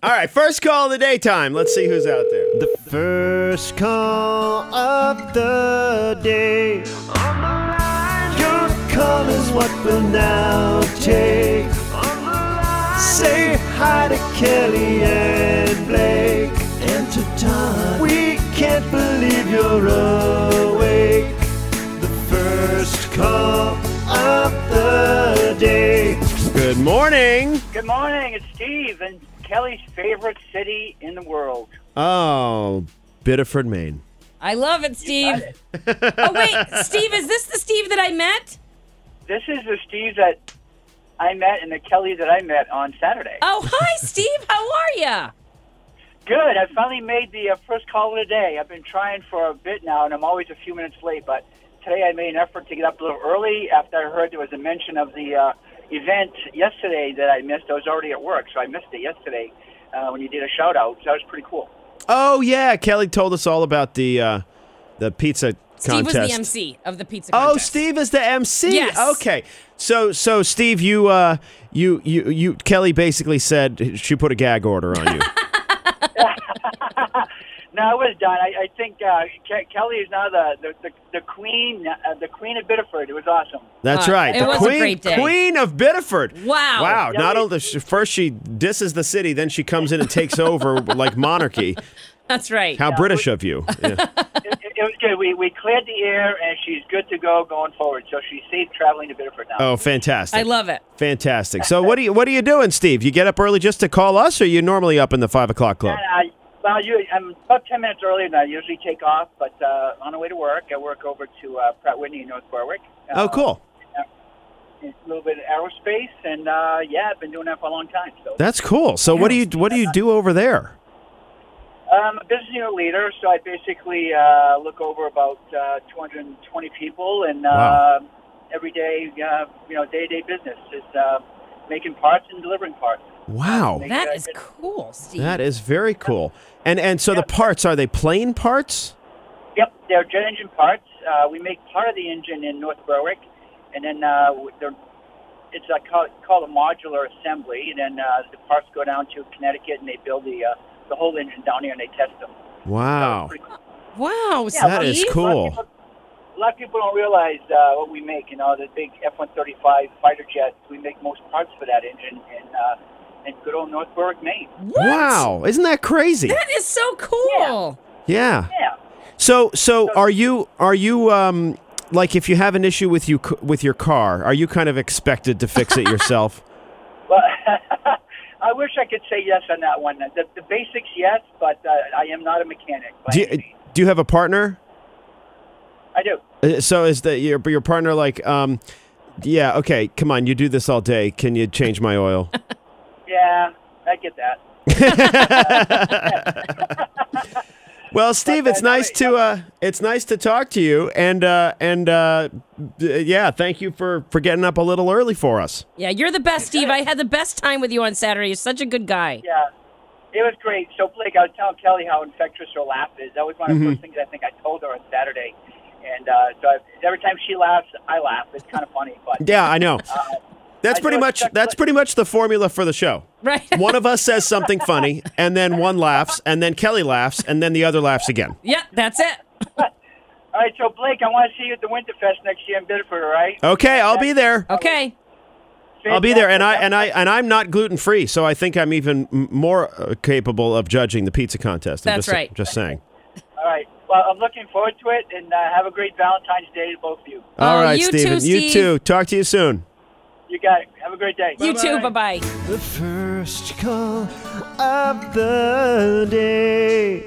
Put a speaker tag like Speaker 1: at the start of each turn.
Speaker 1: All right, first call of the daytime. Let's see who's out there.
Speaker 2: The first call of the day. On the line, your call is what we'll now take. On the line, say hi to Kelly and Blake and to Todd. We can't believe you're awake. The first call of the day.
Speaker 1: Good morning.
Speaker 3: Good morning. It's Steve in Kelly's favorite city in the world.
Speaker 1: Oh, Biddeford, Maine.
Speaker 4: I love it, Steve. oh wait, Steve, is this the Steve that I met?
Speaker 3: This is the Steve that I met and the Kelly that I met on Saturday.
Speaker 4: Oh hi, Steve. How are ya?
Speaker 3: Good. I finally made the uh, first call of the day. I've been trying for a bit now, and I'm always a few minutes late. But today I made an effort to get up a little early after I heard there was a mention of the uh, event yesterday that I missed. I was already at work, so I missed it yesterday uh, when you did a shout out. So that was pretty cool.
Speaker 1: Oh yeah, Kelly told us all about the uh, the pizza
Speaker 4: Steve
Speaker 1: contest.
Speaker 4: was the MC of the pizza
Speaker 1: Oh,
Speaker 4: contest.
Speaker 1: Steve is the MC.
Speaker 4: Yes.
Speaker 1: Okay. So so Steve, you uh you you you Kelly basically said she put a gag order on you.
Speaker 3: No, I was done. I, I think uh, Ke- Kelly is now the the, the, the queen, uh, the queen of Biddeford. It was awesome.
Speaker 1: That's
Speaker 4: Uh,
Speaker 1: right.
Speaker 4: it
Speaker 1: the
Speaker 4: was a
Speaker 1: queen,
Speaker 4: great day.
Speaker 1: queen of Biddeford.
Speaker 4: Wow.
Speaker 1: Wow.
Speaker 3: Yeah,
Speaker 1: Not
Speaker 3: we-
Speaker 1: only she, first she disses the city, then she comes in and takes over like monarchy.
Speaker 4: That's right.
Speaker 1: How British of you. Yeah.
Speaker 3: it, it- it was good. We we cleared the air, and she's good to go going forward. So she's safe traveling to Biddeford now.
Speaker 1: Oh, fantastic.
Speaker 4: I love it.
Speaker 1: fantastic. So what are you what are you doing, Steve? You get up early just to call us or you normally up in the five o'clock club?
Speaker 3: And I, well, you, I'm about ten minutes earlier than I usually take off, but uh, on the way to work, I work over to uh, Pratt Whitney in North Berwick. Uh,
Speaker 1: Oh, cool.
Speaker 3: A little bit of aerospace, and uh, yeah, I've been doing that for a long time. So
Speaker 1: That's cool. So what do you what do you do over there?
Speaker 3: I'm Um, a business unit leader, so I basically uh, look over about uh, 220 people, and
Speaker 1: Wow.
Speaker 3: uh, every day, uh, you know, day-to-day business is uh, making parts and delivering parts.
Speaker 1: Wow.
Speaker 3: Make
Speaker 4: That
Speaker 3: uh,
Speaker 4: is
Speaker 3: good-
Speaker 4: cool, Steve.
Speaker 1: That is very cool. And and so the parts are they plane parts?
Speaker 3: Yep, they're jet engine parts. Uh, we make part of the engine in North Berwick, and then uh, they're, it's uh, called, called a modular assembly. And then uh, the parts go down to Connecticut, and they build the uh, the whole engine down here, and they test them.
Speaker 1: Wow.
Speaker 3: Pretty cool.
Speaker 4: wow,
Speaker 3: Yeah,
Speaker 1: That
Speaker 3: well,
Speaker 1: is
Speaker 4: Steve.
Speaker 3: A lot of
Speaker 1: cool.
Speaker 3: people- A lot of people don't realize uh, what we make. You know, the big F-135 fighter jets. We make most parts for that engine in uh, in good old North Berwick, Maine.
Speaker 4: What?
Speaker 1: Wow. Isn't that crazy?
Speaker 4: That is so cool.
Speaker 1: Yeah.
Speaker 3: Yeah.
Speaker 1: So so are you are you um like if you have an issue with you c- with your car, are you kind of expected to fix it yourself?
Speaker 3: Well, I wish I could say yes on that one. The, the basics, yes, but uh, I am not a mechanic. by
Speaker 1: do you,
Speaker 3: any means.
Speaker 1: do you have a partner?
Speaker 3: I do.
Speaker 1: Uh, So is that your your partner like um yeah, okay, come on, you do this all day. Can you change my oil?
Speaker 3: Yeah, I get that.
Speaker 1: Well, Steve, it's nice to uh, it's nice to talk to you, and uh, and uh, d- yeah, thank you for for getting up a little early for us.
Speaker 4: Yeah, you're the best, Steve. I had the best time with you on Saturday. You're such a good guy.
Speaker 3: Yeah, it was great. So, Blake, I was telling Kelly how infectious her laugh is. That was one of
Speaker 1: Mm-hmm.
Speaker 3: the first things I think I told her on Saturday. And uh, so I, every time she laughs, I laugh. It's kind of funny, but
Speaker 1: Yeah, I know. That's
Speaker 3: Uh, I
Speaker 1: pretty
Speaker 3: know
Speaker 1: much
Speaker 3: exactly-
Speaker 1: that's pretty much the formula for the show.
Speaker 4: Right.
Speaker 1: One of us says something funny, and then one laughs, and then Kelly laughs, and then the other laughs again.
Speaker 4: Yeah, that's it.
Speaker 3: all right. So, Blake, I want to see you at the Winterfest next year in Biddeford. All right.
Speaker 1: Okay, I'll be there.
Speaker 4: Okay.
Speaker 1: I'll be there, and I and I and I'm not gluten free, so I think I'm even m- more uh, capable of judging the pizza contest. I'm
Speaker 4: That's
Speaker 1: just,
Speaker 4: right.
Speaker 1: Just saying.
Speaker 3: All right. Well, I'm looking forward to it, and uh, have a great Valentine's Day to both of you.
Speaker 1: All
Speaker 4: Oh,
Speaker 1: right,
Speaker 4: you too,
Speaker 1: Steven. You
Speaker 4: Steve.
Speaker 1: too. Talk to you soon.
Speaker 3: You got it. Have a great day.
Speaker 4: You too. Bye bye.
Speaker 2: The first call of the day.